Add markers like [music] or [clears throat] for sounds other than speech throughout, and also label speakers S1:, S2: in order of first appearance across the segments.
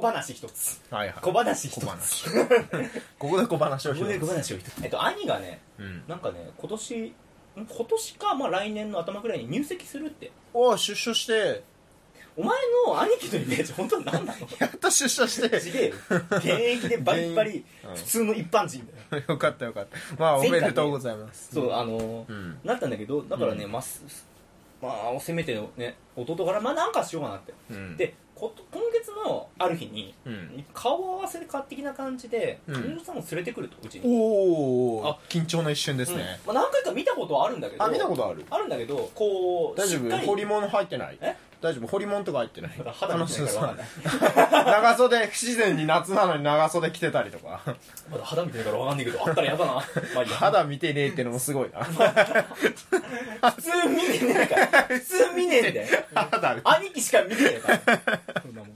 S1: 話一つ
S2: はいはい
S1: 小話一つ
S2: 小話ここで小話を
S1: ここで小
S2: 広げる
S1: 話を一つえっと兄がね
S2: うん
S1: なんかね今年ん今年か、まあ、来年の頭ぐらいに入籍するって
S2: お出所して
S1: お前の兄貴のイメージ本当に何なの
S2: やっと出所して
S1: すげえよ現役でバリバリ
S2: 現役うん
S1: 普通の一般人だよ、
S2: [laughs] よかったよ [laughs] かったまあお
S1: 前回
S2: め
S1: ね
S2: でとうございます
S1: そうあのー
S2: うん
S1: なったんだけどだからね、
S2: うん
S1: まあすまあせめてね弟からまあなんかしようかなって、
S2: うん
S1: でこと今月のある日に、
S2: うん
S1: 顔合わせで買ってきな感じで
S2: うん
S1: 金城さんも連れてくるとうちに、
S2: おお
S1: あ
S2: 緊張の一瞬です
S1: うん
S2: ね
S1: まあ、何回か見たことはあるんだけど
S2: あ見たことある
S1: あるんだけどこう
S2: 大丈
S1: しっ
S2: 夫
S1: かり
S2: 彫り物入ってない
S1: え
S2: 大丈夫彫り物とか入ってない
S1: まだ肌見てないから分かんない
S2: あのそうそう [laughs] 長袖不自然に夏なのに長袖着てたりと [laughs] か
S1: まだ肌見てないから分かんないけどあったらや
S2: [laughs]
S1: だなまあいいや
S2: 肌見てねえってのもすごいな
S1: 普通見ねえから普通見ねえんだよ
S2: [laughs] 肌見て
S1: 兄貴しか見てないからそんなもん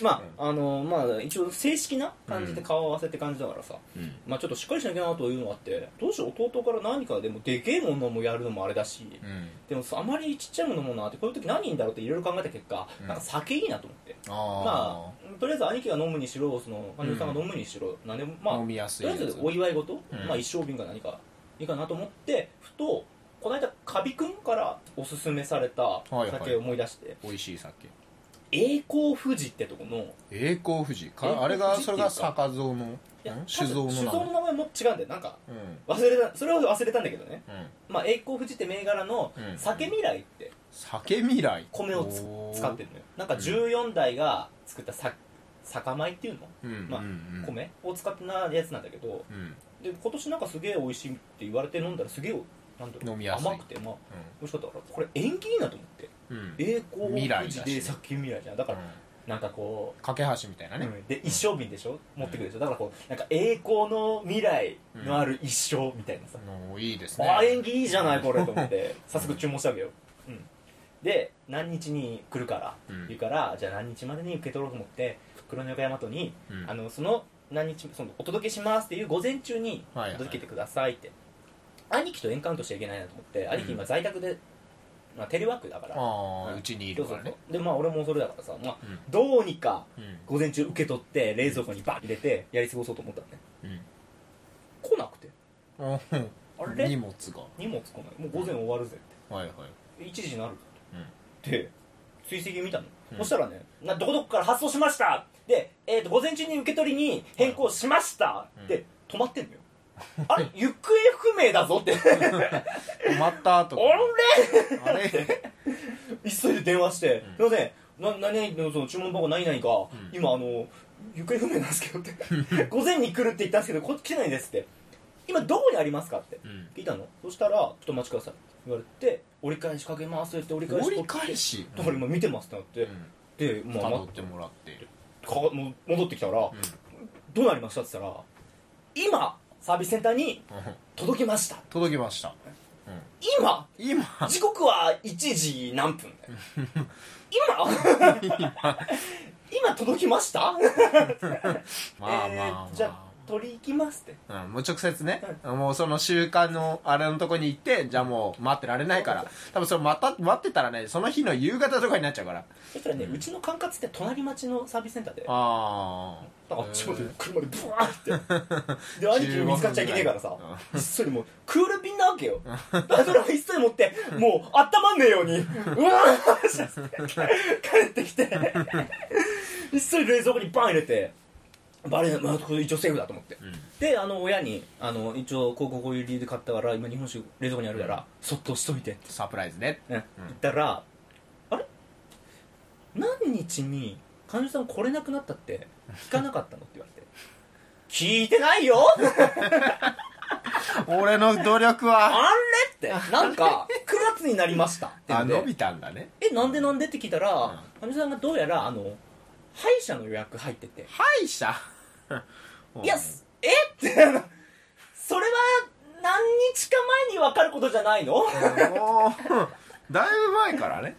S1: まあ、あのまあ一応正式な感じで顔合わせって感じだからさ、
S2: うん
S1: まあちょっとしっかりしなきゃなというのがあってどうしよう弟から何かでもでけえものもやるのもあれだし、
S2: うん
S1: でもさあまりちっちゃいものもなってこういう時何いいんだろうっていろいろ考えた結果、
S2: うん
S1: なんか酒いいなと思って
S2: あ
S1: まあとりあえず兄貴が飲むにしろその兄さんが飲むにしろ、なんでもま
S2: あ
S1: あ
S2: 飲みやすい
S1: とりあ
S2: や
S1: え
S2: つ
S1: ずお祝い事、
S2: うん
S1: まあ、一生瓶が何かいいかなと思ってふとこの間カビくんからおすすめされた
S2: はい
S1: 酒を思い出して、
S2: 美味しい酒
S1: 栄光富士ってとこのい
S2: 栄光富士か
S1: 栄光富士
S2: あれが
S1: っていうか
S2: それが酒造のん
S1: や
S2: 酒造
S1: 多
S2: の
S1: 分
S2: 名
S1: 酒造の
S2: 前
S1: 名前も違うんだよなんか
S2: うん
S1: 忘れたそれを忘れたんだけどね、
S2: うん
S1: まあ、栄光富士って銘柄の
S2: うん
S1: 酒未来って
S2: 酒未来
S1: 米をつ
S2: おー
S1: 使ってるのよなんか14代が作ったさ酒米っていうの
S2: うん
S1: まあ
S2: うんうん
S1: 米を使ってなやつなんだけど
S2: うん
S1: で今年なんかすげえ美味しいって言われて飲んだらすげえなんだろう
S2: 飲みやすい
S1: 甘くてまあ美味しかったからこれ縁起いいなと思って
S2: うんうん
S1: 栄光
S2: 未来だ
S1: 富
S2: し
S1: 士で先未来じゃんだから
S2: う
S1: なんかこ
S2: ん架け橋みたいな
S1: う、
S2: ね
S1: うんで一生瓶でしょ持ってくるでしょだからこうなんか栄光の未来のある一生みたいなさ、
S2: のいいですね
S1: ああ縁起いいじゃないこれと思って早速注文してあげよう、うん、で何日に来るから、
S2: うん
S1: 言うからじゃあ何日までに受け取ろうと思って黒猫大和に、
S2: うん
S1: あのその何日そのお届けしますっていう午前中に
S2: はいはい
S1: 届けてくださいって、兄貴とエンカウントしちゃいけないなと思って、兄貴今在宅で、まあ、テレワークだから
S2: ああ
S1: うん
S2: うちにいるから
S1: そう
S2: ね
S1: そうそうでまあ俺もそれだからさ、まあ
S2: うん
S1: どうにか
S2: うん
S1: 午前中受け取って冷蔵庫にバン入れてやり過ごそうと思ったのね
S2: うん
S1: 来なくて
S2: おー
S1: あれ
S2: 荷物が
S1: 荷物来ないもう午前終わるぜって
S2: はいはい
S1: 1時になる
S2: うん
S1: で追跡見たの、
S2: うん
S1: そしたらねなどこどこから発送しましたで、えー、と午前中に受け取りに変更しました、
S2: うん
S1: で止まってんのよあれ行方不明だぞって
S2: 止まった後
S1: 俺
S2: あれ
S1: 急いで電話して「すいませんな何々のその注文箱何々か、
S2: うん
S1: 今あの行方不明なんですけど」って「
S2: [laughs]
S1: 午前に来るって言ったんですけどこっち来ないんです」って「今どこにありますか?」って
S2: うん
S1: [laughs] 聞いたのそしたら「ちょっとお待ちください」って言われて「折り返しかけます」って折り返し取
S2: 折
S1: っ
S2: り
S1: て
S2: 返し
S1: だから今見てますってなって、で、
S2: うん
S1: まあ、
S2: 辿
S1: ま
S2: ってもらって
S1: かもう戻ってきたから、
S2: うん
S1: どうなりましたって言ったら今サービスセンターに
S2: うん
S1: 届きました
S2: 届きましたうん
S1: 今
S2: 今
S1: 時刻は1時何分だよ [laughs] 今今届きました
S2: まあまあま
S1: え
S2: あ
S1: ーじゃあ取り行きますって
S2: うん、もう直接ね、もうその習慣のあれのとこに行って、じゃあもう待ってられないから、多分それ待た待ってたらね、その日の夕方とかになっちゃうから。
S1: そしたらね、うちの管轄って隣町のサービスセンターでだ
S2: あ
S1: からあっちまで車でブワーってで
S2: あ。
S1: 兄貴に見つかっちゃいけねえからさ
S2: うん
S1: 一そりもうクール便なわけよだからそれを一そり持ってもうあったまんねえようにうわーし帰ってきて一そり冷蔵庫にバン入れてバレない、まあ、これ一応セーフだと思って
S2: うん
S1: であの親にあの一応こうこうこういう理由で買ったから今日本酒冷蔵庫にあるからそっと押しといて、
S2: サプライズね。
S1: うん、言ったらあれ何日に患者さん来れなくなったって聞かなかったのって言われて聞いてないよ
S2: 俺の努力は、
S1: あれってなんか9月になりましたって
S2: あ、
S1: 言
S2: 伸
S1: うんで
S2: びたんだね。
S1: えなんでなんでって聞いたら
S2: ん
S1: かみ、さんがどうやらあの歯医者の予約入ってて
S2: 歯
S1: [laughs]
S2: 医者
S1: 「いや
S2: [laughs]
S1: すえっ?」てそれは何日か前に分かることじゃないの
S2: もう、だいぶ前からね。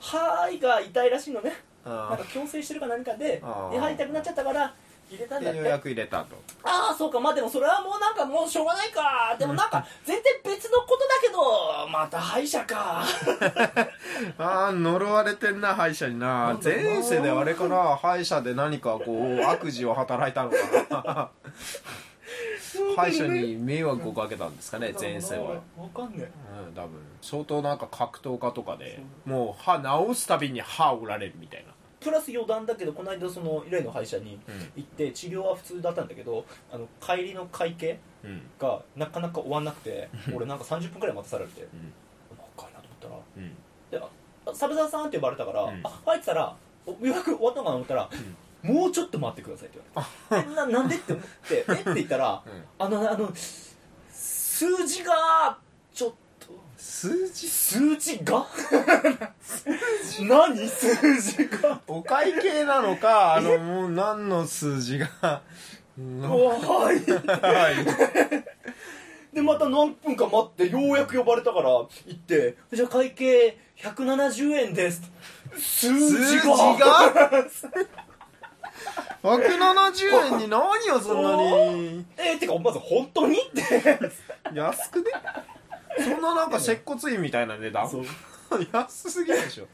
S1: 歯が痛いらしいのね
S2: う
S1: なんか
S2: ん
S1: 矯正してるか何かでで
S2: あー
S1: 歯痛くなっちゃったから入れたんだっ
S2: で
S1: て
S2: ようやく入れたと
S1: ああそうかまあでもそれはもうなんかもうしょうがないかでもなんか全然別のことだけどまた歯医者か
S2: ああ呪われてんな歯医者にな
S1: なんだろうな
S2: 前世であれかな歯医者で何かこう悪事を働いたの [laughs] かな歯医者に迷惑をかけたんですかね前
S1: [laughs]
S2: 世は
S1: 分かんね
S2: うん多分相当なんか格闘家とかでもう歯治すたびに歯折られるみたいな
S1: えプラス余談だけどこの間その例の歯医者に行って治療は普通だったんだけどあの帰りの会計
S2: うんうん
S1: がなかなか終わんなくて俺なんか30分くらい待たされて
S2: ん
S1: 長いなと思ったら
S2: うん
S1: 「あサブザーさん」って呼ばれたから「
S2: うん
S1: あ入ってたらお予約終わったのかなと思ったら、もうちょっと待ってください」って言われて「えななんで?」って思って「えっ?」て言ったら
S2: うん
S1: 「あのあの数字がちょっと
S2: 数字
S1: 数字が何数字が
S2: お会計なのかあのもう何の数字 [laughs] がうん
S1: はい」
S2: はい
S1: でまた何分か待ってようやく呼ばれたから行って「じゃあ会計170円です」数字
S2: 数
S1: が
S2: 字が170円に何をそんなに
S1: えー、てかまず本当にって
S2: 安くねそんななんか接骨院みたいな値段
S1: そう
S2: 安すぎるでしょ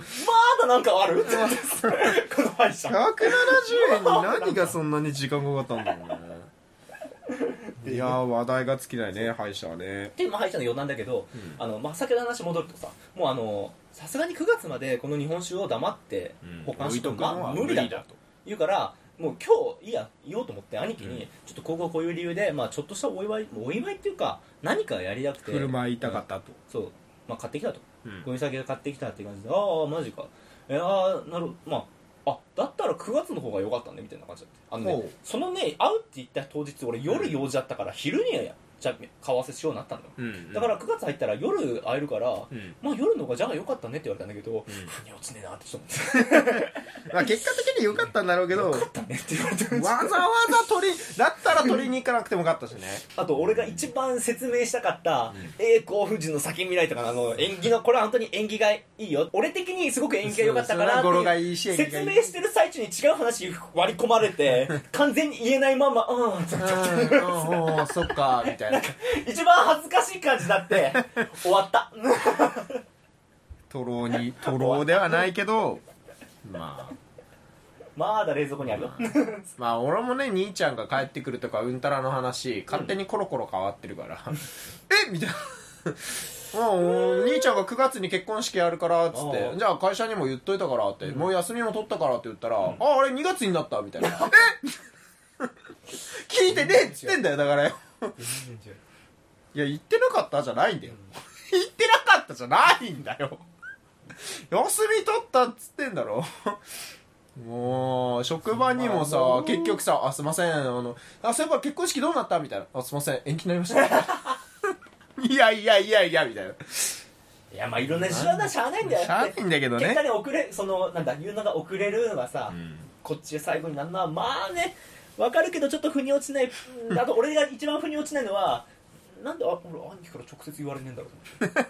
S1: まだなんかある [laughs] この歯医者
S2: 170円に何がそんなに時間かかったんだろうねいやー話題が尽きないね歯医者はね
S1: で、まあ、歯医者の余談だけど、あの、まあ、先の話戻るとさもうあのさすがに9月までこの日本酒を黙って保管しておくのは無理だと
S2: と
S1: 言うからもう今日いいや言おうと思って兄貴に、ちょっとここはこういう理由で、まあ、ちょっとしたお祝いお祝いっていうか何かやりたくて
S2: 振る舞い痛かったと
S1: そう、まあ、買ってきたと
S2: うん
S1: ゴミ先で買ってきたっていう感じでああマジかいやーなるまああだったら9月の方が良かったねみたいな感じだったあの
S2: ほ
S1: ね
S2: う
S1: そのね会うって言った当日俺夜用事だったから昼にやじゃ買わせしようになったのよ
S2: うん
S1: だから9月入ったら夜会えるから、
S2: うん
S1: まあ夜の方がじゃあ良かったねって言われたんだけど、
S2: ん
S1: 腑に落ちねえなってちょっと思
S2: まあ結果的に良かったんだろうけ
S1: っ
S2: ど
S1: て
S2: わ
S1: 良かったねって言われて
S2: ざわざ取りだったら取りに行かなくてもよかったしね
S1: あと俺が一番説明したかった
S2: うん
S1: 栄光富士の先未来とかのあの縁起のこれは本当に縁起がいいよ俺的にすごく縁起が良かったか
S2: そ
S1: らっ
S2: う
S1: て
S2: 語呂が
S1: い
S2: いういし縁起が
S1: 説
S2: いい
S1: 明してる最中に違う話割り込まれて
S2: [laughs]
S1: 完全に言えないままうん
S2: うんうんそっかみたいな
S1: 一番恥ずかしい感じだって終わった
S2: とろうにとろうではないけどまあ
S1: まだ冷蔵庫にあるよ
S2: まあ俺もね兄ちゃんが帰ってくるとかうんたらの話勝手にコロコロ変わってるから、えみたいなうん、兄ちゃんが9月に結婚式やるからっつっ
S1: あ
S2: て
S1: あ
S2: じゃあ会社にも言っといたからって、もう休みも取ったからって言ったら、ああれ2月になったみた [laughs] いなえ聞いてねえっつってんだよだからよいや言ってなかったじゃないんだよ [laughs] 言ってなかったじゃないんだよ [laughs] 休み取ったっつってんだろ [laughs] もう職場にも
S1: まあ
S2: さ結局さ「あすいませんあのあそういえば結婚式どうなった?」みたいな「あすいません延期になり
S1: [laughs]
S2: ました」いやいやいやいやみたいない
S1: やまあいろんな事情はしゃあないんだよ
S2: しゃあないんだけど
S1: 結果
S2: ね
S1: ね遅れそのなんだ言うのが遅れるのがさ、
S2: うん
S1: こっちで最後になるのはまあねわかるけどちょっと腑に落ちないうんあと俺が一番腑に落ちないのはなんであ俺兄貴から直接言われねえんだろうと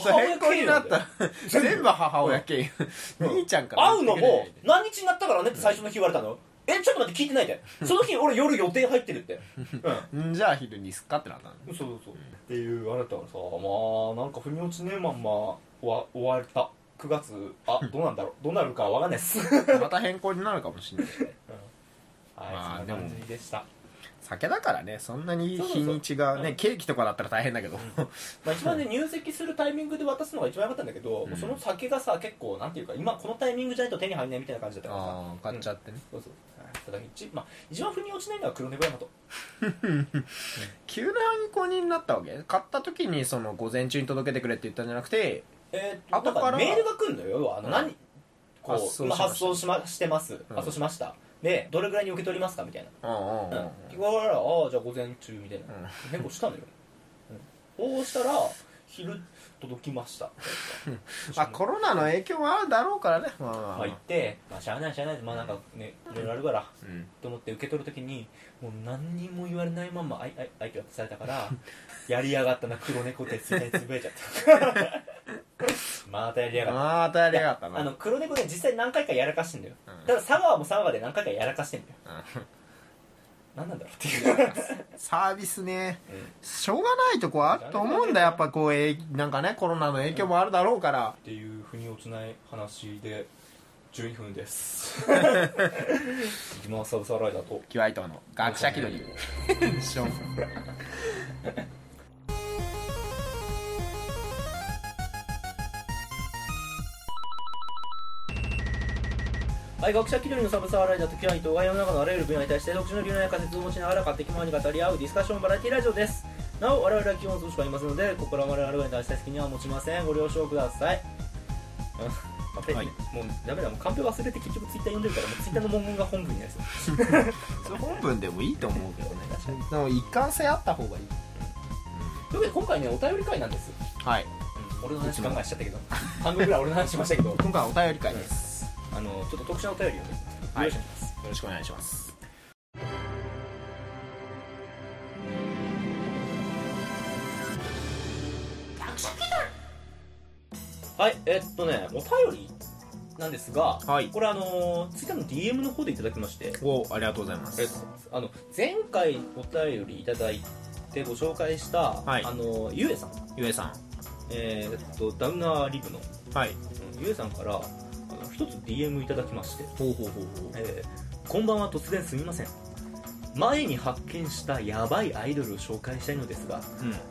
S2: [laughs] そう
S1: 思
S2: 変更になった全部母親系兄ちゃんから
S1: 会うのも何日になったからねって最初の日言われたのえちょっと待って聞いて
S2: [laughs]
S1: ないでその日俺夜予定入ってるってうん
S2: うんじゃあ昼にすっかってなったの
S1: そうそうそうっていうあれだったからさまあなんか腑に落ちねえまんま終わ終わった9月あどうなんだろうどうなるかわかんないっす
S2: また変更になるかもしれない
S1: はいそんな感じでした
S2: 酒だからねそんなに
S1: そうそうそ
S2: 日
S1: う
S2: にちがね
S1: うん
S2: ケーキとかだったら大変だけど、
S1: まあ、一番ね入籍するタイミングで渡すのが一番良かったんだけど、
S2: うん
S1: その先がさ結構なんていうか今このタイミングじゃないと手に入んないみたいな感じだったからさ
S2: ああ買っちゃってね、
S1: そうそうただ一,、まあ、一番腑に落ちないのは黒猫山と
S2: 急な変更になったわけ買った時にその午前中に届けてくれって言ったんじゃなくて
S1: えー、っと
S2: 後
S1: だ
S2: から
S1: からメールが来るのよ要はあの
S2: うん
S1: 何、こう
S2: 発送しま
S1: 今発送し,、ま、し
S2: した
S1: てます
S2: うん
S1: 発送しました、でどれぐらいに受け取りますかみたいな
S2: うんうんうん
S1: うん聞こえたら「ああじゃあ午前中」みたいな
S2: うん
S1: 変更したのよ、うん、そうしたら昼届きました
S2: [laughs] まあコロナの影響はあるだろうからねまあまあまあ
S1: まあ行って、まあ、しゃあないしゃあないまあなんかねいろいろあるから
S2: うん
S1: と思って受け取るときにもう何にも言われないままあいあい相手は伝えたから
S2: [laughs]
S1: やりやがったな黒猫手ついて潰れちゃった
S2: [laughs]
S1: またやりやがった
S2: またやりやがったな
S1: あの黒猫ね実際何回かやらかしてんだよ、
S2: うん
S1: ただ佐川も佐川で何回かやらかしてんだよ
S2: うん
S1: 何なんだろうっていう
S2: サービスねしょうがないとこあると思うんだやっぱこうえいなんかねコロナの影響もあるだろうから
S1: っていう腑に落ちない話で12分です
S2: [laughs]
S1: いきますサブサーライダーと
S2: キュアイトーの学者気取り [laughs] 一緒
S1: はい、学者気取りのサブサーライダーとキュアイとが世の中のあらゆる分野に対して独自の理論や仮説を持ちながら勝手気ままに語り合うディスカッションバラエティラジオですなお我々は基本そうしかいませんのでここから我々に対して責任は持ちませんご了承くださいうんあペン
S2: はい
S1: もうダメだもうカンペ忘れて結局ツイッター読んでるからもうツイッターの文言が本文になりそう
S2: それ本文でもいいと思うけどね
S1: 確かに
S2: でも一貫性あった方がいい、
S1: というわけで今回ねお便り会なんですよ、
S2: はい
S1: うん、俺の話考えしちゃったけど半分ぐらい俺の話しましたけど
S2: 今回はお便り会です、
S1: あのちょっと特殊なお便りをね
S2: は
S1: 用
S2: い
S1: 意してます、
S2: よろしくお願いします
S1: はい、えっとね、お便りなんですが、
S2: はい
S1: これあのー、ツイッターの DM の方でいただきまして、
S2: おありがとうございま
S1: えっと、あの、前回お便りいただいてご紹介した、
S2: はい
S1: あのー、ゆえさん、
S2: ゆえさ
S1: えーっと、ダウナーリブの、
S2: んはい
S1: うんゆえさんから、あの、一つ DM いただきまして、
S2: ほうほうほうほう
S1: えーこんばんは突然すみません。前に発見したヤバいアイドルを紹介したいのですが、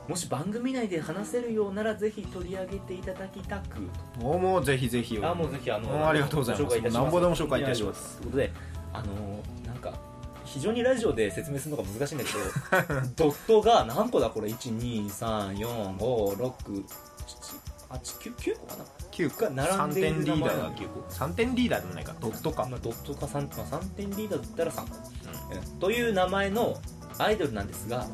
S2: う
S1: もし番組内で話せるようならぜひ取り上げていただきたく、
S2: んもうもうぜひぜひ
S1: あもうぜひあ
S2: うん
S1: の
S2: ありがとうございます
S1: 紹介いたします
S2: なんぼでも紹介いたします
S1: ということであのなんか非常にラジオで説明するのが難しいんだけど [laughs] ドットが何個だこれ123456789個かなが
S2: 9
S1: 並んでいる
S2: 3点リー
S1: 名
S2: ダー
S1: 前な
S2: が
S1: んだ
S2: 9個3点リーダーでもないかドットか
S1: まあ、ドットか 3, まあ3点リーダーだったら3個、えという名前のアイドルなんですが
S2: うん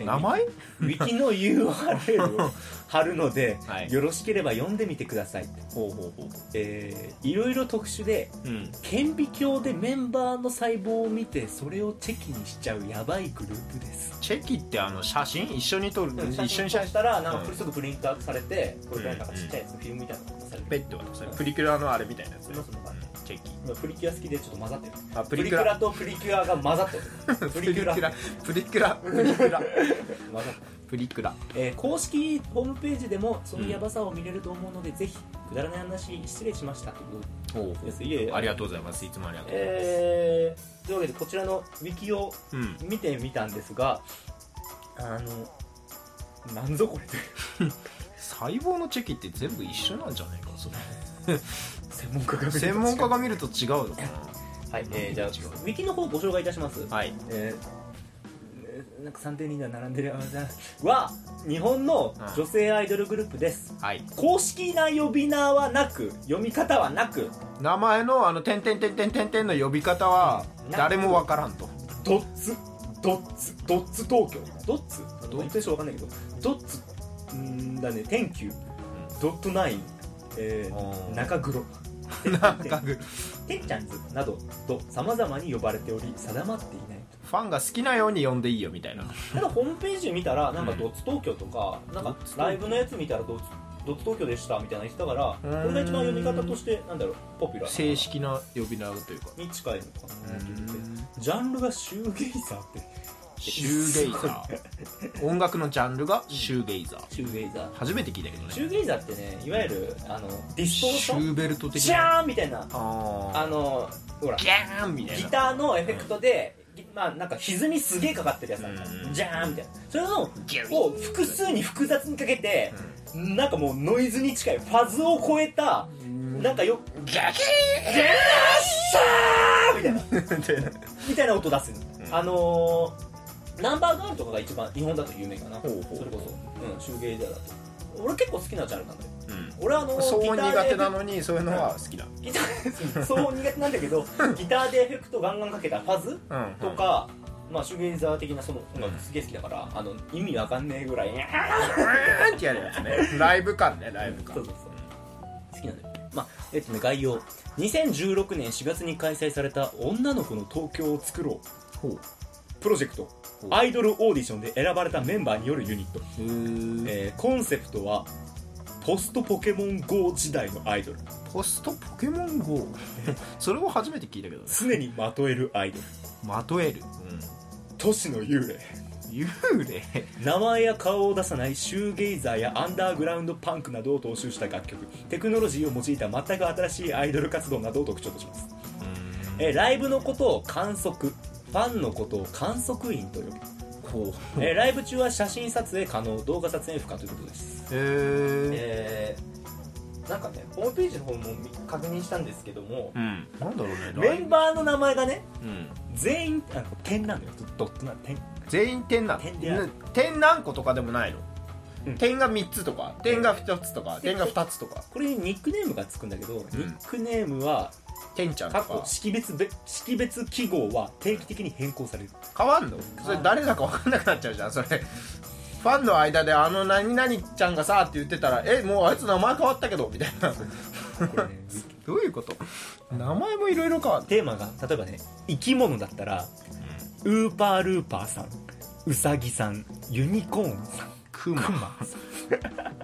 S1: え [laughs]
S2: 名前
S1: ウィキの URL を貼るので、
S2: [laughs] はい
S1: よろしければ読んでみてください
S2: ほうほうほ
S1: えー、いろいろ特殊で
S2: ううん
S1: 顕微鏡でメンバーの細胞を見てそれをチェキにしちゃうやばいグループです
S2: チェキってあの写真一緒に撮る一緒に写
S1: 写
S2: 真
S1: したらなん
S2: う
S1: か
S2: ん
S1: これすぐプリントアウトされてこれ
S2: うん
S1: なんかちっちゃいやつフィルムみたいなのがされ
S2: ペ
S1: て
S2: ットはそれプリクラのあれみたいなやつ
S1: それもそのまま
S2: チェキ
S1: 今プリキュア好きでちょっと混ざってる
S2: あ
S1: プ
S2: プ
S1: リ
S2: リ
S1: ク
S2: ク
S1: ラ
S2: ラ
S1: とプリキュアが混ざってる [laughs] プリキュラ
S2: プ
S1: 混ざっ
S2: プリクラプリクラ
S1: てる
S2: プリクラ
S1: えー公式ホームページでもそのヤバさを見れると思うので、ぜひくだらない話失礼しましたということ
S2: ほ
S1: ですいえいえ
S2: ありがとうございますいつもありがとうございます、
S1: えーというわけでこちらのウィキを
S2: うん
S1: 見てみたんですがあのなんぞこれという
S2: 細胞のチェキって全部一緒なんじゃないかそれ
S1: 専門家が
S2: 専門家が見ると違うのか
S1: はい、えー、じゃあウィキの方ご紹介いたします、
S2: なはい
S1: えーなんか3点2が並んでるあじゃあは日本の女性アイドルグループです、
S2: はい
S1: 公式な呼び名はなく読み方はなく
S2: 名前のあの点点点点点点の呼び方は誰もわからん [laughs] と
S1: ドッツドッツドッツ東京ドッツドッツでしょわかんないけどドッツうーんだね天球ドットナイン、え
S2: お
S1: ー、
S2: ー
S1: 中黒
S2: 中黒
S1: てっちゃんズなどと様々に呼ばれており定まっていない
S2: ファンが好きなように呼んでいいよみたいな
S1: ただホームページ見たらなんかドッツ東京とかなん
S2: ド
S1: か
S2: ッツ東京
S1: ライブのやつ見たらドッツドッツ東京でしたみたいなの言ってたから
S2: うー
S1: こ
S2: ん
S1: れが一番読み方としてなんだろうポピュラー
S2: 正式な呼び名というか
S1: に近いのかなと思ってジャンルがシューゲイザーって
S2: シューゲイザ [laughs] ー音楽のジャンルがシューゲイザー
S1: シューゲイザー
S2: 初めて聞いたけど
S1: シ
S2: ね
S1: ューゲイザーってねいわゆるあのディストーシ
S2: シ
S1: ョン
S2: ューベルト的
S1: シャ
S2: な
S1: ーンみたいな
S2: あー
S1: あのほら
S2: ギャーンみたい
S1: ギ
S2: な
S1: ターのエフェクトで、ぎまあなんか歪みすげえかかってるやつなん
S2: うん
S1: じゃーんみたいなそれの
S2: ギュ
S1: を複数に複雑にかけて、なんかもうノイズに近いファズを超えた、なんかよ
S2: ギャキ
S1: 「ゲラッシャー!」みたいな
S2: ーンって
S1: みたいな音出すの、
S2: うん
S1: あのー、ナンバーガールとかが一番日本だと有名かな
S2: ほうほう
S1: それこそ、うん、シューゲイザーだと俺結構好きなジャンルなんだよ
S2: うん
S1: 俺はあのー
S2: 騒音
S1: ギターで
S2: 苦手なのにそういうのは好きだ
S1: [laughs] ギターそう苦手なんだけ
S2: [laughs]
S1: どギターでエフェクトガンガンかけたファズ
S2: うん
S1: とか、まあ、シュゲイザー的なその音楽すげえ好きだから、あの意味わかんねえぐらい [laughs] にゃー
S2: うんってやるやつねライブ感ねライブ感
S1: そうそうそう好きなんだよまあえっとね概要2016年4月に開催された「女の子の東京を作ろう
S2: ほう」
S1: プロジェクト
S2: ほう
S1: アイドルオーディションで選ばれたメンバーによるユニット、
S2: へー
S1: えーコンセプトはポストポケモン GO 時代のアイドル
S2: ポストポケモン [laughs] GO それを初めて聞いたけどね
S1: 常にまとえるアイドル
S2: まとえる
S1: 都市の幽霊
S2: 幽霊
S1: 名前や顔を出さないシューゲイザーやアンダーグラウンドパンクなどを踏襲した楽曲テクノロジーを用いた全く新しいアイドル活動などを特徴としますえーライブのことを観測ファンのことを観測員と呼ぶ、
S2: こう
S1: えーライブ中は写真撮影可能動画撮影不可ということです
S2: へ
S3: え
S2: え
S3: ー、なんかねホームページの方も見確認したんですけども
S2: うんなんだろうね
S1: メンバーの名前がね
S2: うん
S1: 全員あの点なのよドットなの点
S2: 全員点なの
S1: 点である
S2: ね点何個とかでもないの、
S1: うん
S2: 点が3つとか点が2つと [laughs] か点が2つとか
S1: これにニックネームがつくんだけど、ニックネームは
S2: 点ちゃんと
S1: 過去
S2: か
S1: 識別べ識別記号は定期的に変更さ
S2: [laughs]
S1: れる
S2: 変わんのそれ誰だか分かんなくなっちゃうじゃんそれファンの間で「あの何々ちゃんがさ」って言ってたら「えもうあいつ名前変わったけど」みたいな [laughs]
S1: これね
S2: どういうこと名前もいろいろ変わる
S1: テーマが例えばね生き物だったら、ウーパールーパーさんウサギさんユニコーン
S2: [laughs]
S1: さん
S2: クマ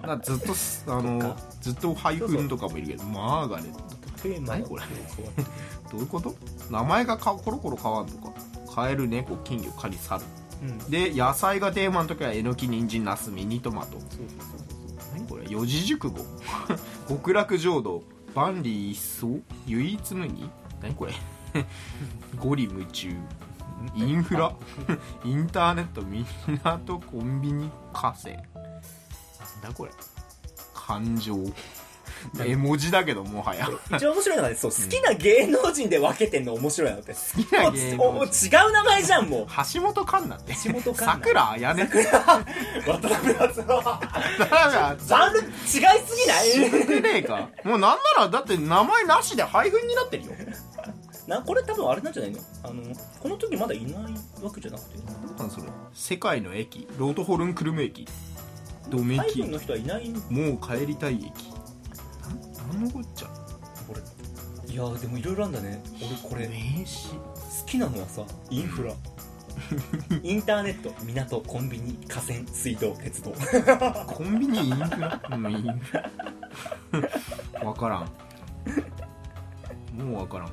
S2: なずっとあのずっとハイ
S1: フン
S2: とかもいるけどマーガレット
S1: テーマが
S2: 何これどういうこと名前がかコロコロ変わるのかカエル猫金魚カニサル
S1: うんそう
S2: で野菜がテーマの時はえのき人参ナスミニトマト
S1: そうそう
S2: 何これ四字熟語 [laughs] 極楽浄土万里一層唯一無二何これ [laughs] ゴリ夢中インフラ [laughs] インターネット港コンビニ河川なんだこれ感情絵文字だけどもはや
S1: 一番面白いのはね、そう、好きな芸能人で分けてんの面白いなって。好
S2: きな芸能人
S1: 違う名前じゃん、 [laughs] もう。
S2: 橋本環奈って
S1: 橋本環奈
S2: さくらあやね
S1: 渡辺篤郎。
S2: だ
S1: ジャンル違いすぎない [laughs]
S2: くねえかもうなんならだって名前なしで配分になってるよ
S1: な、これ多分あれなんじゃないのあの、この時まだいないわけじゃなくて。
S2: なんそれ世界の駅ロートホルンクルム駅ドメ
S1: 海
S2: キ
S1: 軍の人はいない
S2: もう帰りたい駅なんなんのこっちゃ
S1: これ。いやーでもいろいろあんだね。俺これ、好
S2: 名刺
S1: きなのはさ、インフラ。インターネット、港、コンビニ、河川、水道、鉄 [laughs] 道。
S2: コンビニインフラうんインフラ [laughs] わからんもうわからん
S1: っ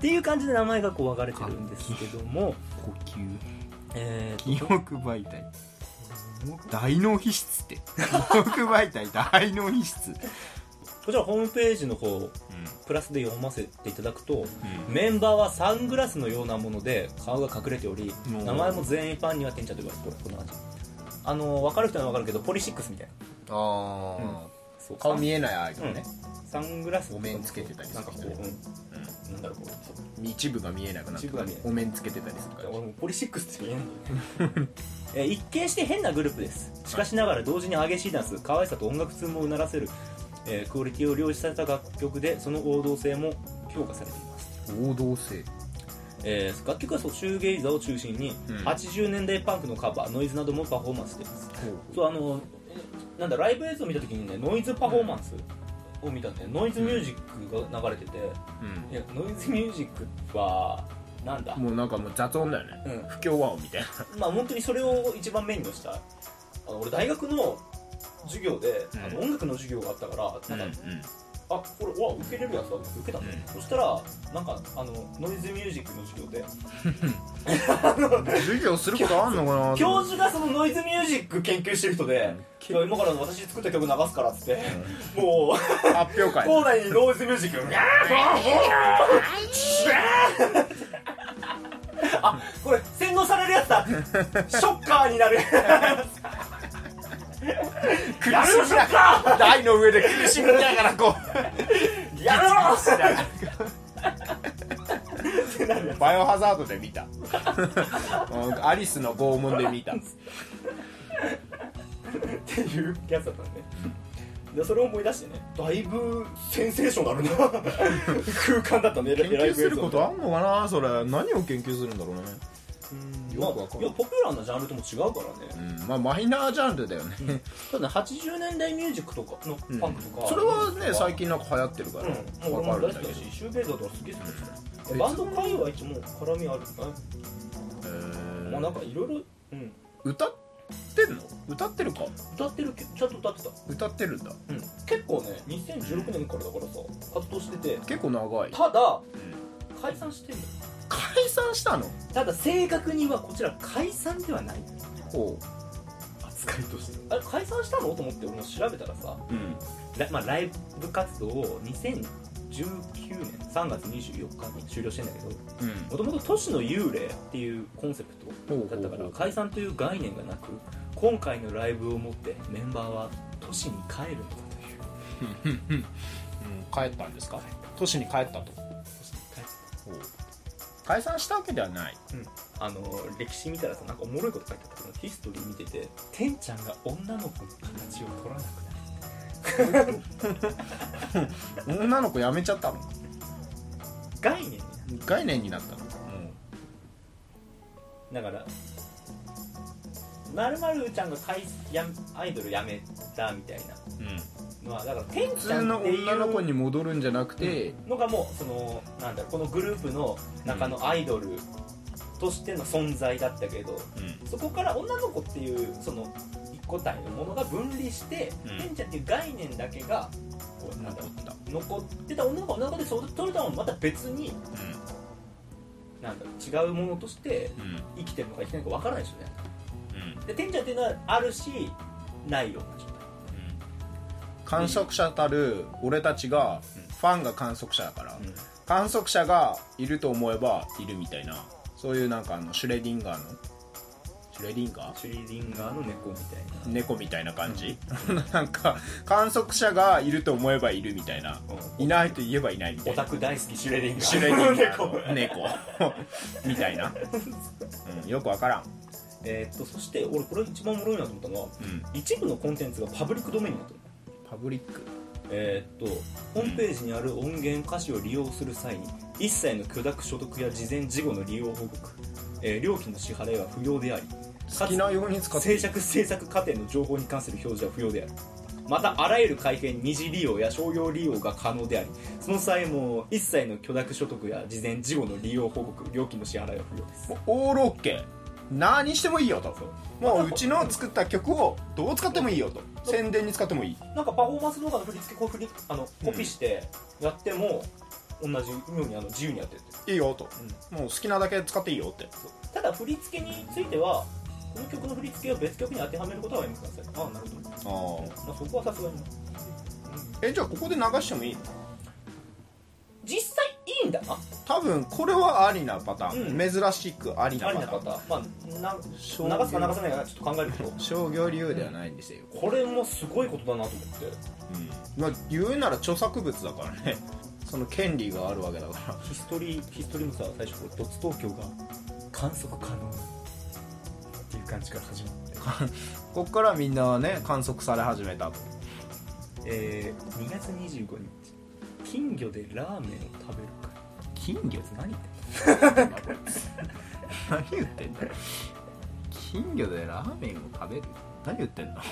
S1: ていう感じで名前がこう分かれてるんですけども、
S2: 呼吸
S1: え
S2: 記
S1: ーと、
S2: 憶媒体大脳皮質って記憶媒体大脳皮質うん
S1: こちらホームページの方、プラスで読ませていただくと、
S2: うん
S1: メンバーはサングラスのようなもので顔が隠れており
S2: うん
S1: 名前も全員ファンにはてんちゃんと言われてるこんな感じあの分かる人には分かるけどポリシックスみたいな
S2: あ
S1: うんそう
S2: 顔見えないアイドルね、
S1: サングラス
S2: お面つけてたりす
S1: な
S2: る
S1: んかこう、うん、なんだろうこう
S2: 一部が見えなくなって
S1: 一部が見えない
S2: お面つけてたりするから
S1: 俺もポリシックスって言えない [laughs] えー一見して変なグループですしかしながら同時に激しいダンス可愛さと音楽通もうならせる、えークオリティを両立された楽曲でその王道性も評価されています
S2: 王道性
S1: えー楽曲はそうシューゲイザーを中心に、
S2: うん
S1: 80年代パンクのカバーノイズなどもパフォーマンスしていますそうあのえなんだライブ映像を見た時にねノイズパフォーマンスを見たんでノイズミュージックが流れてて、いやノイズミュージックはなんだ、
S2: もうなんかもう雑音だよね
S1: うん
S2: 不協和音みたいな
S1: まあ本当にそれを一番メインとしたあの俺大学の授業で、あの
S2: うん
S1: 音楽の授業があったからなんか、あこれうわ受けれるやつだ受けたんだ、
S2: う
S1: そ
S2: ん
S1: したらなんかあのノイズミュージックの授業で
S2: 授業することあんのかな
S1: 教授がそのノイズミュージック研究してる人で、いや今から私作った曲流すからっつって、もう
S2: 発表会
S1: 校内にノイズミュージックあこれ洗脳されるやつだショッカーにな
S2: [laughs]
S1: るやめろショッカ
S2: 台の上で苦しみながらこ
S1: ーやめろ
S2: うバイオハザードで見たうんアリスの拷問で見た
S1: っていうやつだったんで、でそれを思い出してねだいぶセンセーショナルな
S2: [laughs]
S1: 空間だったね
S2: 研究することあんのかなそれ何を研究するんだろうね
S1: うん
S2: よくわかんな
S1: まあいや
S2: い
S1: ポピュラーなジャンルとも違うからね、
S2: うんまあマイナージャンルだよね
S1: ただ80年代ミュージックとかのパンクとか、
S2: それはね最近なんか流行ってるか
S1: う
S2: ら
S1: んもう
S2: わ
S1: 俺も大
S2: かるん
S1: 好き
S2: だけど
S1: だしシューベイザーとかすげえ好きだし
S2: うん
S1: バンド界隈一も絡みあるかね
S2: へー
S1: まあなんかいろいろうん
S2: 歌ってんの歌ってるか
S1: 歌ってるけちゃんと歌ってた、
S2: 歌ってるんだ
S1: うん、結構ね2016年からだからさ活動してて
S2: 結構長い
S1: ただ
S2: うん
S1: 解散してんのよ
S2: 解散したの
S1: ただ正確にはこちら解散ではない
S2: ほ
S1: 扱いとしてあれ解散したのと思って俺も調べたらさ
S2: ううん
S1: ラ,、まあ、ライブ活動を2019年3月24日に終了してんだけど
S2: うん
S1: もともと都市の幽霊っていうコンセプ
S2: ほう
S1: トだったか
S2: ほ
S1: ら
S2: うほう
S1: 解散という概念がなく今回のライブをもってメンバーは都市に帰るのだという
S2: 帰ったんですか都市に帰った
S1: 都
S2: と
S1: 市に帰る
S2: 解散したわけではない
S1: あの歴史見たらさなんかおもろいこと書いてあったけどヒストリー見てててんちゃんが女の子の形を取らなくなる
S2: 女の子辞めちゃったの
S1: 概念にな
S2: 概念になったの
S1: だからまるまるちゃんが解やアイドルやめたみたいな
S2: うん
S1: のはだから天
S2: 普
S1: ちゃ
S2: 通
S1: ん
S2: の
S1: っていう
S2: 女の子に戻るんじゃなくて、
S1: のがもうそのなんだろうこのグループの中のアイドルとしての存在だったけどそこから女の子っていうその一個体のものが分離して、
S2: うん
S1: 天ちゃんっていう概念だけがこうなんだ
S2: 残
S1: ろう
S2: った、
S1: 残ってた女の子は女の子でそそれとはまた別になんだろう違うものとして
S2: うんうん
S1: 生きてるのか生きてないのか分からないですよねで天ちゃんっていうのはあるしないような状態
S2: 観測者たる俺たちが、
S1: うん
S2: ファンが観測者だから、
S1: うん
S2: 観測者がいると思えばいるみたいなそういうなんかあのシュレディンガーのシュレディンガー
S1: シュリーディンガーの猫みたいな、
S2: 猫みたいな感じ、 [laughs] なんか観測者がいると思えばいるみたいな
S1: うん
S2: いないと言えばいないみた
S1: オ
S2: い
S1: タ
S2: な
S1: ク大好きシュレディンガー
S2: シュレディンガー
S1: [laughs] 猫
S2: の猫
S1: [laughs]
S2: みたいな、うん、よくわからん、
S1: えーっとそして俺これ一番おもろいなと思ったのは
S2: うん、
S1: 一部のコンテンツがパブリックドメインになってる
S2: パブリック
S1: えーっとホームページにある音源歌詞を利用する際に一切の許諾所得や事前事後の利用報告、えー料金の支払いは不要であり
S2: 好きなように使って
S1: 制
S2: いい
S1: 作制作過程の情報に関する表示は不要であるまたあらゆる会見二次利用や商用利用が可能でありその際も一切の許諾所得や事前事後の利用報告料金の支払いは不要です
S2: もうオールオッケー何してもいいよと
S1: そう
S2: もううちの作った曲をどう使ってもいいよと宣伝に使ってもいい
S1: なんかパフォーマンス動画の振り付けこう振りあのコピーしてやっても、同じようにあの自由にやってるって、
S2: いいよともう好きなだけ使っていいよって
S1: ただ振り付けについてはこの曲の振り付けを別曲に当てはめることはやめてくださいああなるほど、
S2: ああ
S1: まあ、そこはさすがに
S2: えじゃあここで流してもいいの
S1: 実際いいんだな
S2: 多分これはありなパターン、
S1: う
S2: 珍しくありな
S1: あ
S2: パ
S1: りな
S2: ター
S1: か
S2: ン
S1: ったまあな
S2: 商
S1: 流
S2: 業
S1: すか流さないかちょっと考えるけど
S2: 商業理由ではないんですよ、
S1: これもすごいことだなと思って
S2: うんまあ、言うなら著作物だからねその権利があるわけだから
S1: ヒストリーヒストリーもさ最初これドツ東京が観測可能っていう感じから始まって
S2: こっからみんなね観測され始めた
S1: えー、2月25日金魚でラーメンを食べるか
S2: 金魚
S1: 別に何言ってんの
S2: 何言ってんだ金魚でラーメンを食べる何言ってんだ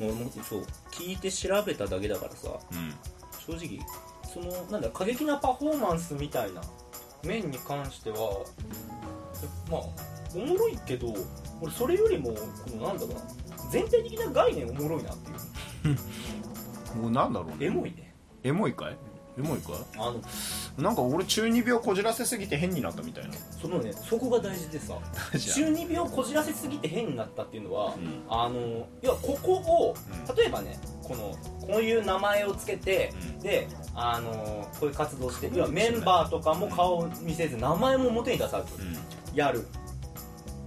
S1: もうもうそう聞いて調べただけだからさ正直そのなんだ過激なパフォーマンスみたいな面に関してはえまあおもろいけど俺それよりもこのなんだろうな全体的な概念おもろいなっていう
S2: うんもうなんだろうね
S1: エモいね
S2: エモいかいエモいか
S1: あの
S2: いなんか俺中二病こじらせすぎて変になったみたいな
S1: そのねそこが大事でさ中二病をこじらせすぎて変になったっていうのは、
S2: うん
S1: あの要はここを
S2: うん
S1: 例えばねこのこういう名前をつけて
S2: うん
S1: であのこういう活動して要はメンバーとかも顔を見せず名前も表に出さずやる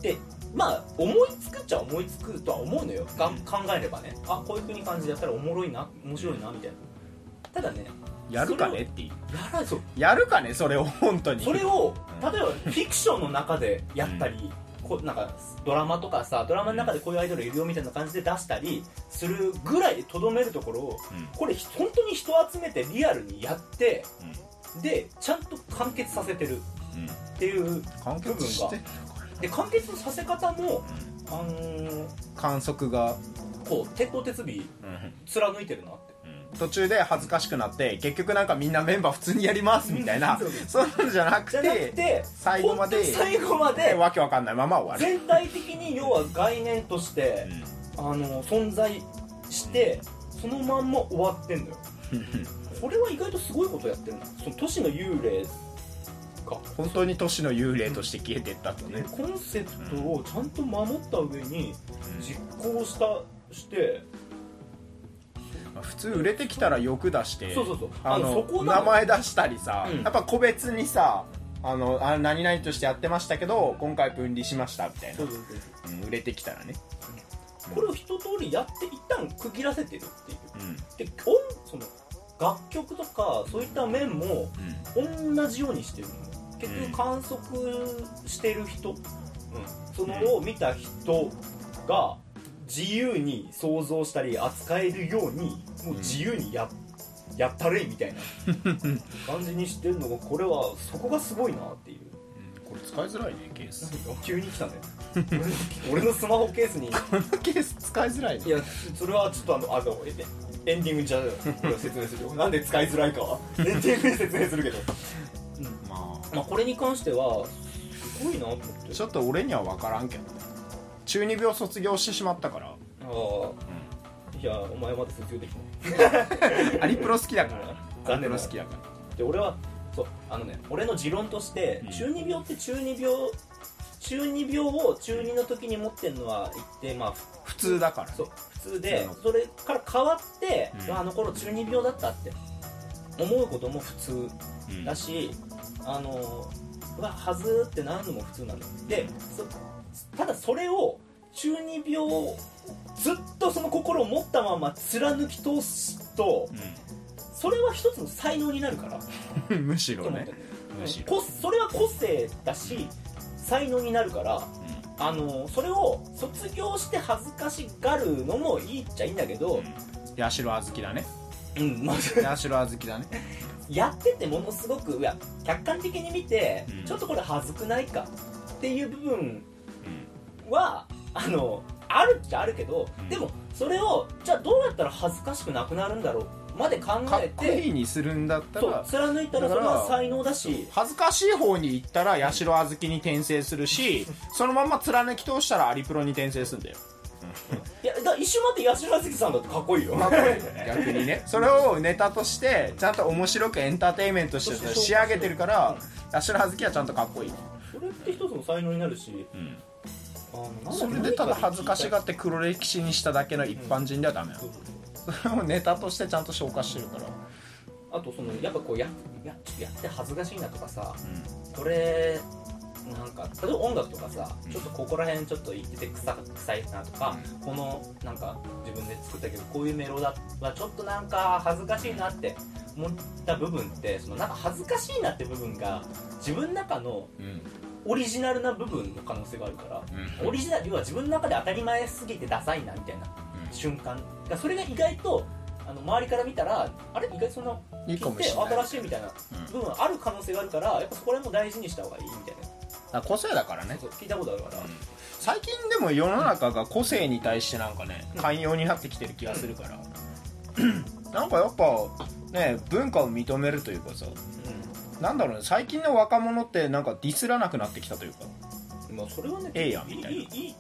S1: でまあ思いつくっちゃ思いつくとは思うのよ、が
S2: うん
S1: 考えればねあこういう風に感じでやったらおもろいな面白いなみたいなただね
S2: やるかねっていう
S1: やらそう
S2: やるかねそれを本当に
S1: それを
S2: う
S1: 例えばフィクションの中でやったり、こうなんかドラマとかさドラマの中でこういうアイドルいるよみたいな感じで出したりするぐらいでとどめるところを
S2: うん
S1: これ本当に人集めてリアルにやってでちゃんと完結させてる
S2: うんう
S1: っ
S2: ん
S1: ていう
S2: 完結して
S1: で完結させ方も
S2: うん
S1: あのー
S2: 観測が、
S1: こう鉄頭鉄尾貫いてるなって
S2: 途中で恥ずかしくなって結局なんかみんなメンバー普通にやりますみたいな
S1: うん
S2: そういうのじゃなく
S1: じゃ
S2: て
S1: なくて
S2: 最後まで
S1: 本当に最後まで
S2: わけわかんないまま終わる
S1: 全体的に要は概念として、あの存在してそのまんま終わってんだよ
S2: うん
S1: これは意外とすごいことやってるなその都市の幽霊か
S2: 本当に都市の幽霊として消えてったと
S1: ね
S2: ね、
S1: コンセプトをちゃんと守った上に実行したして、
S2: まあ普通売れてきたら欲出して
S1: そうそうそう
S2: あの
S1: そこな
S2: 名
S1: の
S2: 前出したりさ、
S1: うん
S2: やっぱ個別にさあのあ何々としてやってましたけど今回分離しましたみたいな、
S1: そうそうそう
S2: うん売れてきたらね
S1: これを一通りやって一旦区切らせてるっていう
S2: うん
S1: で音その楽曲とかそういった面も同じようにしてるの結
S2: うん
S1: 局観測してる人、うん、そのを見た人が自由に想像したり扱えるようにもう自由にや,、やったれいみた [laughs] いな感じにしてるのがこれはそこがすごいなっていう
S2: これ使いづらいねケース
S1: 急に来たね [laughs] 俺のスマホケースにい
S2: このケース使いづらいね
S1: やそれはちょっとあのあのえエンディングじゃ俺は説明するよなんで使いづらいか [laughs] はエンディングで説明するけど、
S2: まあ
S1: まあ、これに関してはすごいなと思って
S2: ちょっと俺には分からんけどね中二病卒業してしまったから
S1: ああいやお前まだ卒業できない
S2: アリプロ好きだからア
S1: 残念
S2: リプロ
S1: な
S2: 好きだから
S1: で俺はそうあのね俺の持論として、
S2: うん
S1: 中二病って中二病中二病を中二の時に持ってるのは一定まあ
S2: 普通だからね
S1: そう普通で
S2: 普通
S1: それから変わって、
S2: うん
S1: あの頃中二病だったって思うことも普通
S2: うん
S1: だし、あのうわはずーってなるのも普通なんだよでそただそれを中二病をずっとその心を持ったまま貫き通すとそれは一つの才能になるから
S2: うんむし
S1: と
S2: ろ
S1: 思っ
S2: ね
S1: てんだよね
S2: むしろ
S1: こそれは個性だし才能になるからあのそれを卒業して恥ずかしがるのもいいっちゃいいんだけど、
S2: 八代あずきだね
S1: うんまあ、 [laughs]
S2: 八代あずきだね
S1: やっててものすごくいや客観的に見て、
S2: うん
S1: ちょっとこれ恥ずくないかっていう部分はあのあるっちゃあるけど、
S2: うん
S1: でもそれをじゃあどうやったら恥ずかしくなくなるんだろうまで考
S2: かっ
S1: え
S2: こい
S1: て
S2: いにするんだった
S1: そう
S2: ら
S1: 貫いたら
S2: だ
S1: そ
S2: か
S1: れ
S2: ら
S1: は才能だし
S2: 恥ずかしい方に行ったら八代あずきに転生す
S1: [laughs]
S2: るしそのまま貫き通したらアリプロに転生するんだよ
S1: いやだ一瞬待って八代月さんだってかっこいいよ
S2: かっこいいね逆にねそれをネタとしてちゃんと面白くエンターテインメントとして仕上げてるから八代あずきはちゃんとかっこいい
S1: [laughs] それって一つの才能になるしあのなんだ
S2: それでただ恥ずかしがって黒歴史にしただけの一般人ではダメな
S1: そう
S2: のそれをネタとしてちゃんと消化してるから
S1: あとそのやっぱこうややちょっとやって恥ずかしいなとかさこれなんか例えば音楽とかさちょっとここら辺ちょっと言ってて臭臭いなとか、このなんか自分で作ったけどこういうメロだはちょっとなんか恥ずかしいなって思った部分ってそのなんか恥ずかしいなって部分が自分の中の
S2: うん
S1: オリジナルな部分の可能性があるからオリジナル要は自分の中で当たり前すぎてダサいなみたいな瞬間だからそれが意外とあの周りから見たらあれ意外とそんない
S2: い
S1: 聞
S2: か
S1: い
S2: も
S1: て
S2: しれない
S1: 新しいみたいな部分ある可能性があるからやっぱそこら辺も大事にした方がいいみたいな
S2: あ個性だからね
S1: そう聞いたことあるから、
S2: 最近でも世の中が個性に対してなんかね
S1: うん
S2: 寛容になってきてる気がするから [clears throat] なんかやっぱね文化を認めるというかさなんだろうね最近の若者ってなんかディスらなくなってきたというか、
S1: うんまあ、それはね
S2: ええやんみたいない
S1: いい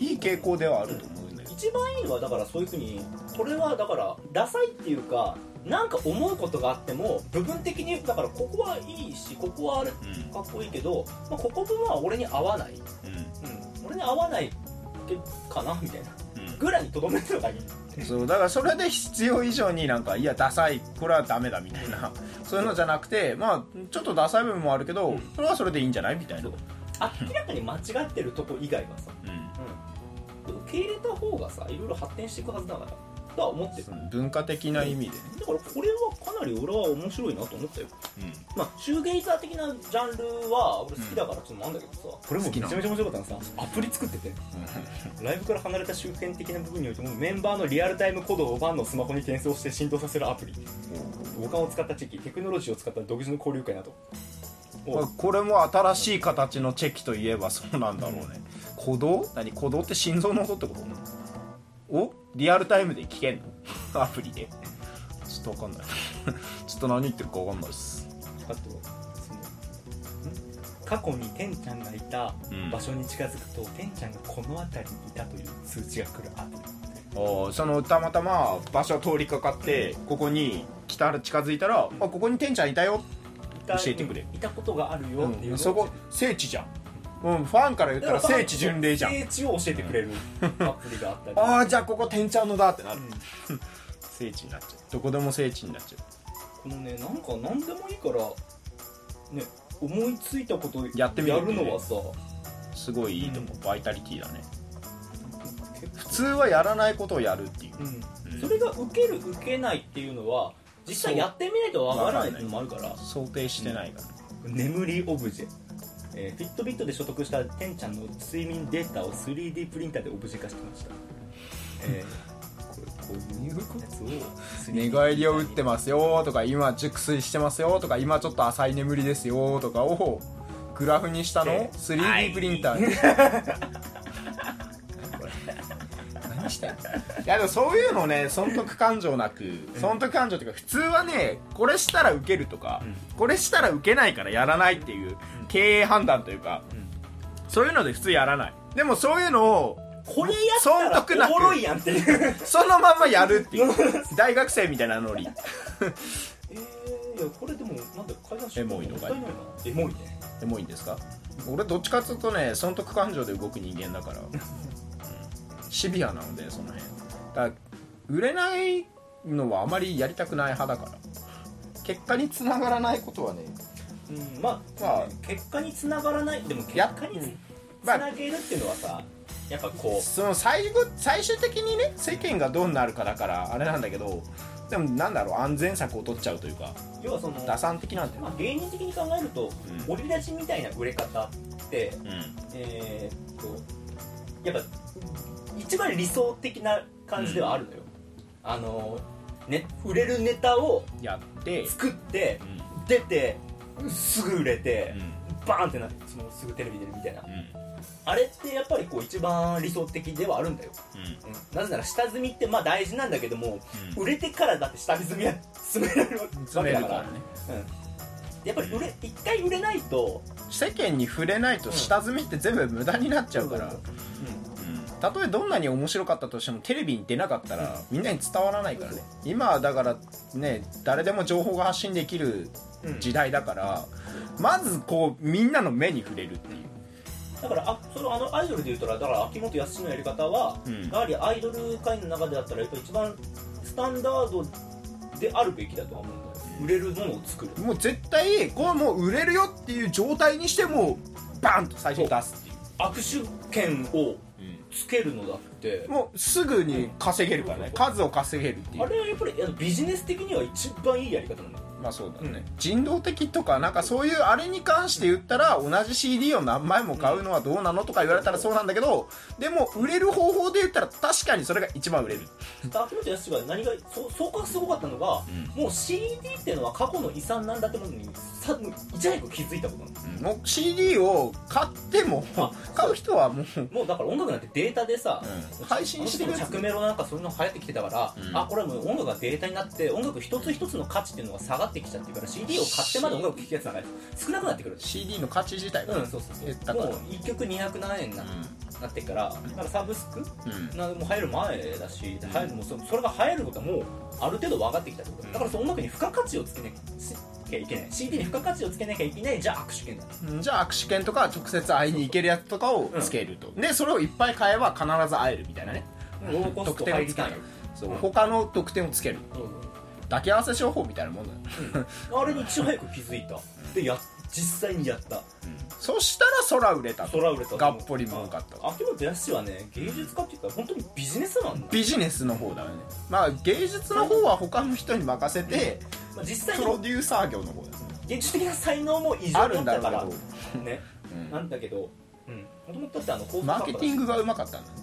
S1: い
S2: いい傾向ではあると思うんだよ
S1: 一番いいのはだからそういうふうにこれはだからダサいっていうかなんか思うことがあっても部分的にだからここはいいしここはあれか
S2: う
S1: っこいいけど、まあ、ここ部分は俺に合わない、うん俺に合わないかなみたいなぐらいにとどめるのがいい
S2: そうだからそれで必要以上になんかいやダサいこれはダメだみたいなそういうのじゃなくてまあちょっとダサい部分もあるけど、
S1: うん
S2: それはそれでいいんじゃないみたいな、
S1: そう明らかに間違ってるとこ以外はさ受け入れた方がさいろいろ発展していくはずだからとは思ってる
S2: その文化的な意味でね、
S1: だからこれはかなり俺は面白いなと思ったよまあシューゲイザー的なジャンルは俺好きだからちょっとなんだけどさ、これも
S2: 好
S1: め
S2: き
S1: ち
S2: な
S1: ゃめちゃ面白かったのさアプリ作っててライブから離れた周辺的な部分においてもメンバーのリアルタイムコードをファンのスマホに転送して浸透させるアプリ五感を使ったチェキテクノロジーを使った独自の交流会など
S2: まあこれも新しい形のチェキといえばそうなんだろうね鼓動何鼓動って心臓の音ってことをリアルタイムで聞けんのアプリでちょっとわかんないちょっと何言ってるかわかんないっす
S1: あとそのん過去にてんちゃんがいた場所に近づくと、てんちゃんがこの辺りにいたという通知が来るアプリ
S2: おーそのたまたま場所通りかかってここに来たら近づいたら「あここにてんちゃんいたよ」
S1: 回
S2: 教えてくれ
S1: いたことがあるよっていううん
S2: そこ聖地じゃんうんファンから言ったら聖地巡礼じゃん
S1: 聖地を教えてくれるアプリがあったり
S2: ああじゃあここ天ちゃんのだってなる、
S1: うん
S2: 聖地になっちゃうどこでも聖地になっちゃ
S1: こ
S2: う
S1: のねなんか何でもいいからね思いついたこと
S2: やってみる
S1: や
S2: っ
S1: る
S2: ていうね
S1: のはさ
S2: すごいいいと思う、バイタリティだね普
S1: 普
S2: 通はやらないことをやるっていう、
S1: うん、それが受ける受けないっていうのは実際やってみないとわからないっていうのもあるから
S2: 想定してないから、
S1: 眠りオブジェ、えーフィットビットで所得したてんちゃんの睡眠データを 3D プリンターでオブジェ化してました、えーこれ
S2: [laughs]
S1: こういうやつを
S2: 寝返りを打ってますよとか今熟睡してますよとか今ちょっと浅い眠りですよとかをグラフにしたのを
S1: え
S2: 3D プリンターで
S1: [laughs]
S2: これ何してんのいやでもそういうのね損得感情なく損得感情っていうか普通はねこれしたらウケるとか、
S1: うん
S2: これしたらウケないからやらないっていう経営判断というか、
S1: うん
S2: そういうので普通やらないでもそういうのを
S1: これやったらおもろいやんっていう
S2: そのまんまやるっ
S1: [laughs]
S2: ていう大学生みたいなノリ
S1: えー、いやこれでもなんだ会社
S2: エモいのがいい
S1: もったいないなエモいね
S2: エモいんですか俺どっちかっていうとね損得感情で動く人間だ [laughs] から、うんシビアなのでその辺だから売れないのはあまりやりたくない派だから結果につながらないことはね
S1: うんまあ、
S2: まあ
S1: 結果につながらないでも結
S2: や
S1: 果につ,、
S2: うんまあ
S1: なげるっていうのはさやっぱこう
S2: その最後最終的にね世間がどうなるかだからあれなんだけどでもなんだろう安全策を取っちゃうというか
S1: 要はその、
S2: 打算的なんだよ
S1: まあ、芸人的に考えると
S2: う
S1: 折り出しみたいな売れ方って
S2: うん
S1: えーっとやっぱ一番理想的な感じではあるのよ、あのね、売れるネタを
S2: やって、
S1: 作って
S2: うん
S1: 出てすぐ売れて
S2: う、ん
S1: バーンってなってそのすぐテレビ出るみたいな
S2: うん
S1: あれってやっぱりこう一番理想的ではあるんだよ、うんなぜなら下積みってまあ大事なんだけども
S2: うん
S1: 売れてからだって下積みは詰められるわ
S2: 詰
S1: け
S2: め
S1: だ
S2: る
S1: か
S2: から
S1: ら
S2: ね
S1: やっぱり売れ一回売れないと、
S2: 世間に触れないと下積みって全部無駄になっちゃうから、
S1: そう
S2: たとえどんなに面白かったとしてもテレビに出なかったらみんなに伝わらないからね今はだからね誰でも情報が発信できる
S1: うん
S2: 時代だからまずこうみんなの目に触れるっていう
S1: だからあそれあのアイドルで言うとだから秋元康のやり方は、
S2: うん
S1: やはりアイドル界の中でだったらやっぱ一番スタンダードであるべきだとは思うんだよ売れるものを作る
S2: もう絶対これもう売れるよっていう状態にしてもうバンと最初に出すっていう
S1: 握手券をつけるのだって
S2: もうすぐに稼げるからね数を稼げるってい
S1: あ
S2: う
S1: れはやっぱりあのビジネス的には一番いいやり方なんだよ
S2: まあそうだね、
S1: うん
S2: 人道的とかなんかそういうあれに関して言ったら同じ CD を何枚も買うのはどうなのとか言われたらそうなんだけどでも売れる方法で言ったら確かにそれが一番売れる、
S1: 秋元康が何がそそこがすごかったのが、もう CD っていうのは過去の遺産なんだってことにさいち早く気づいたことなんだ
S2: もう CD を買っても [laughs]
S1: あ
S2: 買う人はもう、
S1: もうだから音楽なんてデータでさ、
S2: うん配信してるやつ
S1: 着メロなんかそういうの流行ってきてたから、
S2: うん
S1: あこれはもう音楽がデータになって音楽一つ一つの価値っていうのが下がってきちゃってるから CD を買ってまで音楽聴くやつなんか少なくなってくる
S2: CD の価値自体
S1: う
S2: が、
S1: んそうそう
S2: 減った
S1: そう
S2: から
S1: もう1曲207円にな,、なってっからなんかサブスク
S2: うんうん
S1: なんかもう流行る前だし、流行るもうそそれが流行ることはもうある程度分かってきたってことだだからその音楽に付加価値をつけなきゃいけない CD に付加価値をつけなきゃいけないじゃあ握手券だ
S2: うんじゃあ握手券とか直接会いに行けるやつとかをつけると、でそれをいっぱい買えば必ず会えるみたいなね、
S1: ローコスト
S2: 特典
S1: 入
S2: を
S1: り
S2: つけ
S1: た
S2: ないいそう他の特典をつける抱き合わせ商法みたいなもんだよ
S1: あれにいち早く気づいたでや実際にやった
S2: そしたら空売れた
S1: 空売れた
S2: がっぽり儲かった
S1: 秋元康はね芸術家っていうか本当にビジネスマンなんだ、
S2: ビジネスの方だよねまあ芸術の方は他の人に任せて
S1: まあ、実際
S2: プ
S1: に
S2: ロデューサー業の方だよね
S1: 芸術的な才能も異常
S2: ある
S1: だ
S2: ん
S1: っ
S2: だ
S1: たか
S2: ろ
S1: ら
S2: う
S1: ね
S2: けど、うん
S1: なんだけどうんもともとだってあの高
S2: マーケティン
S1: グ
S2: グがうまかったんだね、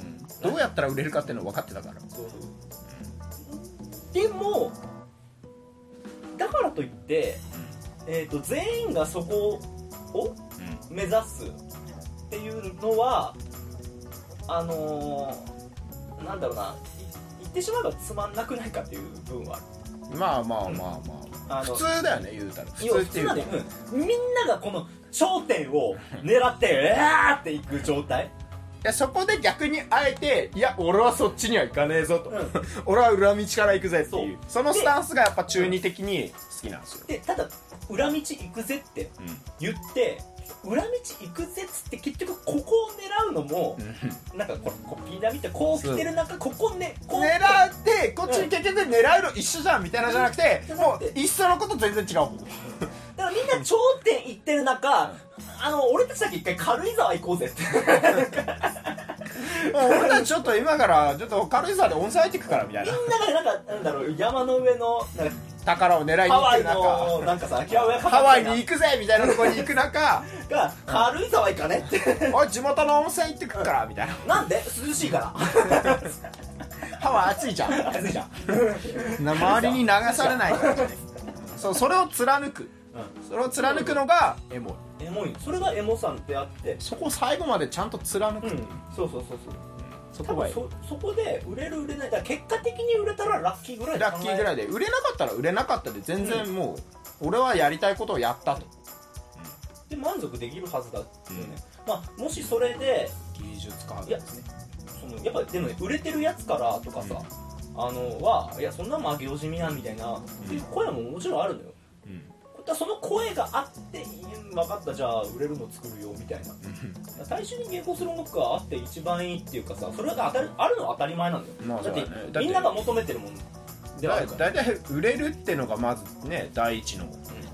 S2: うんどうやったら売れるかっていうの分かってたから
S1: そうそうでもだからといって、えー、と全員がそこを目指すっていうのはあのーなんだろうない言ってしまえばつまんなくないかっていう部分はある
S2: まあまあまあまあ、
S1: あの
S2: 普通だよね言うたら普
S1: 要は
S2: 通っ
S1: 普
S2: て
S1: 通
S2: いう
S1: な
S2: か
S1: んで、うんみんながこの頂点を狙ってうわーっていく状態
S2: やそこで逆にあえていや俺はそっちには行かねえぞと、
S1: うん
S2: 俺は裏道から行くぜっていう
S1: そ
S2: そのスタンスがやっぱ中二的に好きなんですよ、
S1: でただ裏道行くぜって言って裏道行くぜっつって結局ここを狙うのも
S2: うん、
S1: なんかこれこうピーナミってこう来てる中ここねこう
S2: 狙ってこっちに結局狙うの一緒じゃんみたいなじゃなくて、
S1: うん
S2: もういっそのこと全然違う
S1: だからみんな頂点行ってる中あの俺たちだけ一回軽井沢行こうぜ
S2: [laughs]
S1: って
S2: もう俺たちちょっと今からちょっと軽井沢で温泉入ってくからみたいな
S1: みんながなんかなんだろう山の上のなんか
S2: 宝を狙いに
S1: ハ
S2: 行っ
S1: ワイ
S2: てる中
S1: のなんかさ秋葉原か
S2: ハワイに行くぜみたいなとこに行く [laughs] 中
S1: が軽井沢行かねって
S2: おい地元の温泉行ってくっからみたいな
S1: なんで涼しいから
S2: ハワイ暑いじゃん
S1: [laughs] 暑いじゃん
S2: な周りに流されないからじゃないそうそれを貫く、
S1: う
S2: それを貫くのがエモい
S1: エモいそれがエモさんであって
S2: そこを最後までちゃんと貫く、
S1: うんそうそうそうそう
S2: そ
S1: 多
S2: こ
S1: 分
S2: がいい
S1: そそこで売れる売れないだから結果的に売れたらラッキーぐらい
S2: ラッキーぐら
S1: い
S2: いで売れなかったら売れなかったで全然もう、俺はやりたいことをやったと
S1: で満足できるはずだよね、まあもしそれで
S2: 技術家
S1: いやそのやっぱでもね売れてるやつからとかさ、あのはいやそんなもん上げ惜しみやみたいな、っていう声ももちろんあるのよだからその声があってうん分かったじゃあ売れるの作るよみたいな最終に迎合する音楽があって一番いいっていうかさそれが当たるあるのは当たり前なんだよ、
S2: まあ
S1: だって
S2: そうだねだって
S1: みんなが求めてるものではあ
S2: だ
S1: るから
S2: だいたい売れるってのがまずね第一の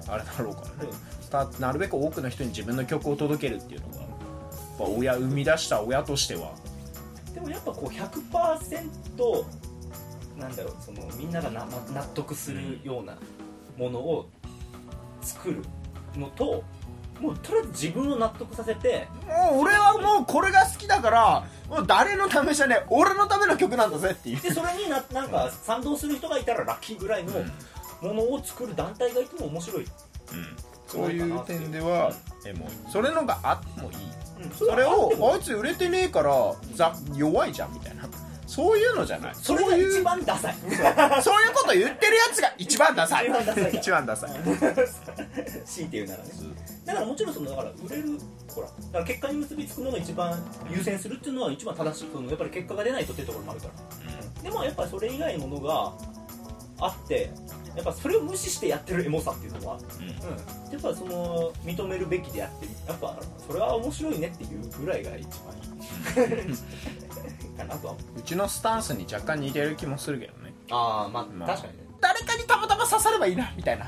S2: あれだろうからね、スターなるべく多くの人に自分の曲を届けるっていうのがやっぱ親生み出した親としては
S1: でもやっぱこう100%なんだろうそのみんながな納得するようなものを作るのともうとりあえず自分を納得させて
S2: もう俺はもうこれが好きだからもう誰のためじゃねえ俺のための曲なんだぜっていう
S1: でそれにななんか賛同する人がいたらラッキーぐらいのものを作る団体がいても面白い、
S2: そういう点ではエモいそれのがあってもいい
S1: うん
S2: それ
S1: はあっても
S2: をあいつ売れてねえからざ弱いじゃんみたいなそういうのじゃない
S1: それ
S2: う
S1: が
S2: いう
S1: 一番ダサい
S2: そういうこと言ってるやつが一番ダサい
S1: 一番ダサい
S2: 一番ダサい
S1: [laughs] 強いて言うならねだからもちろんそのだから売れるほらだから結果に結びつくのが一番優先するっていうのは一番正しいそのやっぱり結果が出ないとっていうところもあるから、でもやっぱりそれ以外のものがあってやっぱそれを無視してやってるエモさっていうのは、
S2: うん
S1: やっぱその認めるべきであってやっぱそれは面白いねっていうぐらいが一番いいかなとは思う
S2: うちのスタンスに若干似てる気もするけどね
S1: ああまあ、
S2: まあ
S1: 確かにね
S2: 誰かにたまたま刺さればいいなみたいな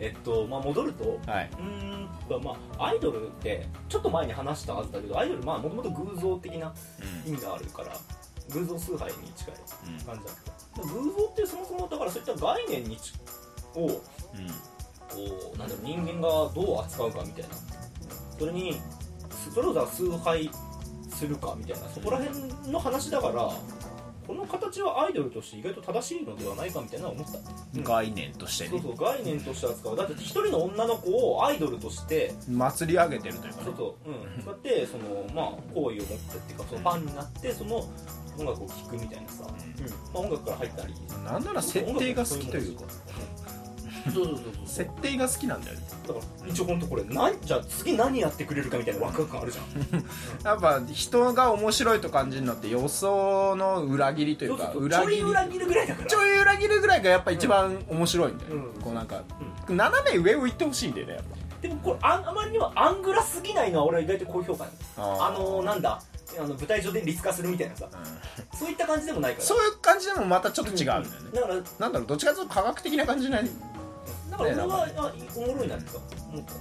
S1: えっとまあ戻ると
S2: はい、
S1: うーんまあアイドルってちょっと前に話したはずだけどアイドルまあもともと偶像的な意味があるから偶像崇拝に近い感じだけど偶像ってそもそもだからそういった概念にちをこうなんだろう人間がどう扱うかみたいなそれにそれをさ崇拝するかみたいなそこら辺の話だからこの形はアイドルとして意外と正しいのではないかみたいなのは思ったうん
S2: 概念として
S1: そう
S2: ね
S1: そう概念として扱うだって一人の女の子をアイドルとして
S2: 祭り上げてるというか
S1: ちょ
S2: ね
S1: っと、うん、そうやってその、まあ、好意を持ってっていうかそのファンになってその音楽を聴くみたいなさ、うんまあ、音楽から入ったり
S2: なんなら設定が好きというか
S1: うんそうそうそう
S2: 設定が好きなんだよね
S1: そうだから一応本当これなんじゃあ次何やってくれるかみたいなワクワク感あるじゃん
S2: やっぱ人が面白いと感じるのって予想の裏切りというか
S1: そうそう
S2: 裏
S1: ちょ
S2: 切
S1: い
S2: り
S1: 裏切るぐらいだから
S2: ちょい裏切るぐらいがやっぱ一番面白いんだよ、
S1: うん
S2: こうなんか、斜め上を行ってほしいんだよねやっ
S1: でもこれあんあまりにもアングラすぎないのは俺は意外と高評価なの
S2: ぱ
S1: あのなんだあの舞台上で律化するみたいなさ
S2: うん
S1: そういった感じでもないから
S2: そういう感じでもまたちょっと違うんだよね、
S1: だから
S2: なんだろうどっちかというと科学的な感じない
S1: だから俺は、あおもろいなって思った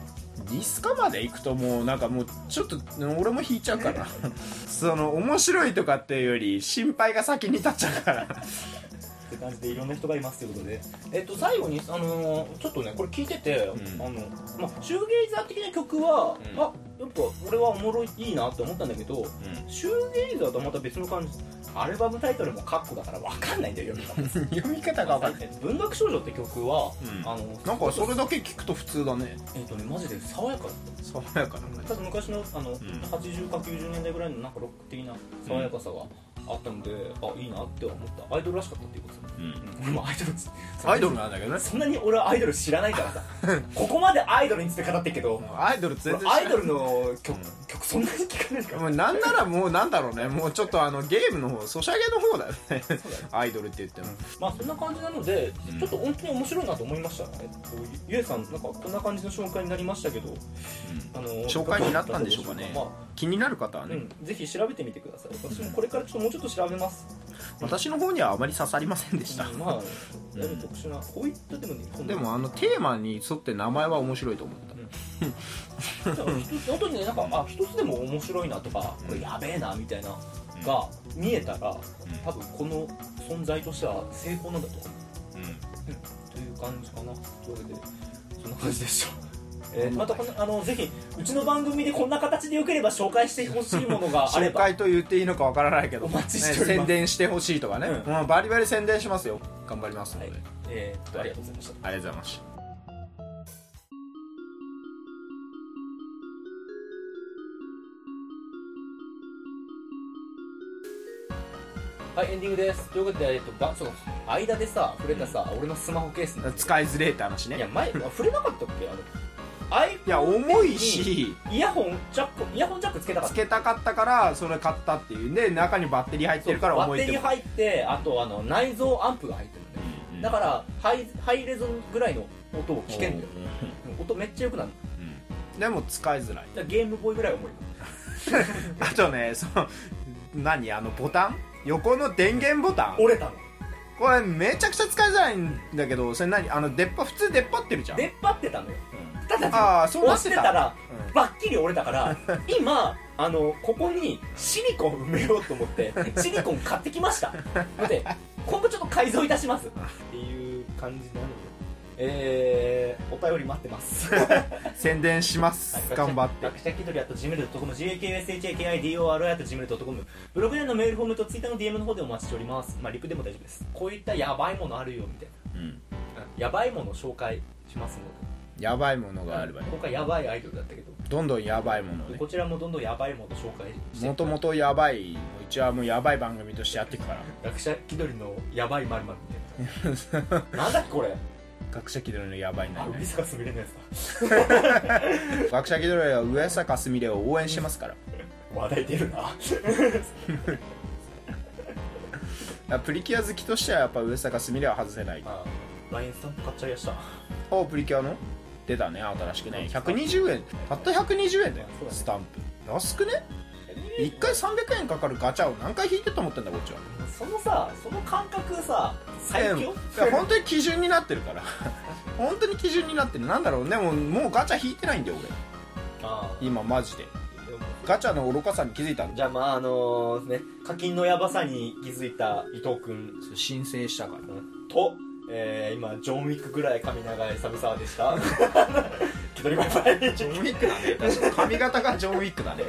S2: ディスカまで行くともうなんかもうちょっと俺も引いちゃうから [laughs] その面白いとかっていうより心配が先に立っちゃうから
S1: って感じでいろんな人がいますということで、えっと、最後に、あのーちょっとねこれ聞いてて、
S2: うん
S1: あのまあ、シューゲイザー的な曲は、
S2: うん
S1: あやっぱ俺はおもろいいいなって思ったんだけどシューゲイザーとはまた別の感じアルバムタイトルもカッコだから分かんないんだよ読み方
S2: [laughs] 読み方が分かんない
S1: 文学少女って曲は、
S2: うん
S1: あの
S2: なんかそれだけ聞くと普通だね
S1: えっとねマジで爽やかだった
S2: 爽やかな
S1: ただ昔のあの、
S2: ん
S1: 80か90年代ぐらいのなんかロック的な爽やかさがあったのであいいなって思ったアイドルらしかったっていうことです
S2: うん
S1: 俺もアイドルつ
S2: アイドルなんだけどね
S1: そんなに俺はアイドル知らないからさ
S2: [laughs]
S1: ここまでアイドルについて語ってるけど
S2: アイドル全然知らな
S1: ア
S2: い
S1: イドルの曲,、曲そんなに聴かないから
S2: もうなんならもうなんだろうねもうちょっとあのゲームの方ソシャゲの方だよねアイドルって言っても、
S1: まあそんな感じなので、
S2: うん
S1: ちょっと本当に面白いなと思いましたねこうゆえさんなんかこんな感じの紹介になりましたけどあの
S2: 紹介になったんでしょうかね
S1: まあ
S2: 気になる方は
S1: う
S2: ね、
S1: ん、ぜひ調べてみてください私もこれからちょっともうちょっと調べます、
S2: 私の方にはあまり刺さりませんでした、
S1: うんまあだいぶ特殊な、こういったでもね
S2: でもあのテーマに沿って名前は面白いと思った
S1: じゃあ一つ本当にねなんかあ一つでも面白いなとか
S2: うん
S1: これやべえなみたいなが見えたら多分この存在としては成功なんだとという感じかなというわけでそんな感じでしょう、えーまたこのあのぜひうちの番組でこんな形でよければ紹介してほしいものがあれ [laughs]
S2: 紹
S1: ば
S2: 介と言っていいのかわからないけど
S1: お待ちしております
S2: ね宣伝してほしいとかね、
S1: う
S2: うんバリバリ宣伝しますよ頑張りますので、
S1: はいえーっとありがとうございました
S2: ありがとうございました
S1: はい、エンディングです。ということで、えっと、ばそう間でさ、触れたさ、俺のスマホケースの。
S2: 使いづれえって話ね
S1: いや、前、あ触れなかったっけあれ。
S2: いや重いし
S1: イヤホンジャック、イヤホンジャックつけたかっ
S2: つ
S1: た。
S2: けたかったからそれ買ったっていうんで中にバッテリー入ってるから
S1: バ
S2: 重
S1: ッ
S2: い
S1: テ
S2: って
S1: リー入って、あと、あの、内蔵アンプが入ってるんだよ。だから、ハイ、ハイレゾンぐらいの音を聞けんだよ。音めっちゃ良くなる。
S2: でも使いづらい
S1: だからゲームボーイぐらい重い。
S2: あとねその何あのボタン横の電源ボタン
S1: 折れたの。
S2: これめちゃくちゃ使いづらいんだけどそれ何あの出っ歯普通出っ張ってるじゃん
S1: 出っ張ってたのよ。ただ、
S2: ああそうな
S1: 押
S2: っ
S1: してて
S2: た
S1: たら
S2: う、ん
S1: ばっきり折れたから、 [laughs] 今、あの、ここにシリコン埋めようと思
S2: [laughs]
S1: って、シリコン買ってきました。ので、今後ちょっと改造いたします。っていう感じなので、えー、お便り待ってます。
S2: 宣伝します [laughs] 頑張って
S1: 学者気取り at gmail.com、gakshakidor at gmail.com、ブログでのメールフォームとツイッターの DM の方でお待ちしております。まあ、リプでも大丈夫です。こういったやばいものあるよ、みたいな。やばいものを紹介しますので。
S2: やばいものがあればね
S1: 今回やばいアイドルだったけど。
S2: どんどんやばいものをね
S1: こちらもどんどんやばいもの紹介して
S2: もともとやばいのうちはもうやばい番組としてやっていくから
S1: 学者気取りのやばいまるまるみたい
S2: [laughs]
S1: ななんだっけこれ
S2: 学者気取りのやばいな
S1: あ
S2: い
S1: ウ
S2: ね
S1: ィスカス見れないやつ
S2: 学者気取りは上坂すみれを応援してますから
S1: だ話題出
S2: [laughs]
S1: るな
S2: あプリキュア好きとしてはやっぱ上坂すみれは外せない
S1: あラインスタンプ買っちゃいやした
S2: あプリキュアの出たね新しくね120円たった120円だよ
S1: そうだね
S2: スタンプ安くね1回300円かかるガチャを何回引いてと思ってんだこっちは
S1: そのさその感覚さ最強
S2: いや本当に基準になってるから [laughs] 本当に基準になってるなんだろうねもうもうガチャ引いてないんだよ
S1: [laughs] あ
S2: 俺今マジで
S1: ーでも
S2: ガチャの愚かさに気づいたんだ
S1: じゃあまああのね課金のやばさに気づいた伊藤君
S2: 申請したから
S1: と、えー、今ジョン・ウィックぐらい髪長いサブサーで
S2: [laughs]
S1: した気取りバイバイ
S2: ジョン・ウィックだね確かに髪型がジョン・ウィックだね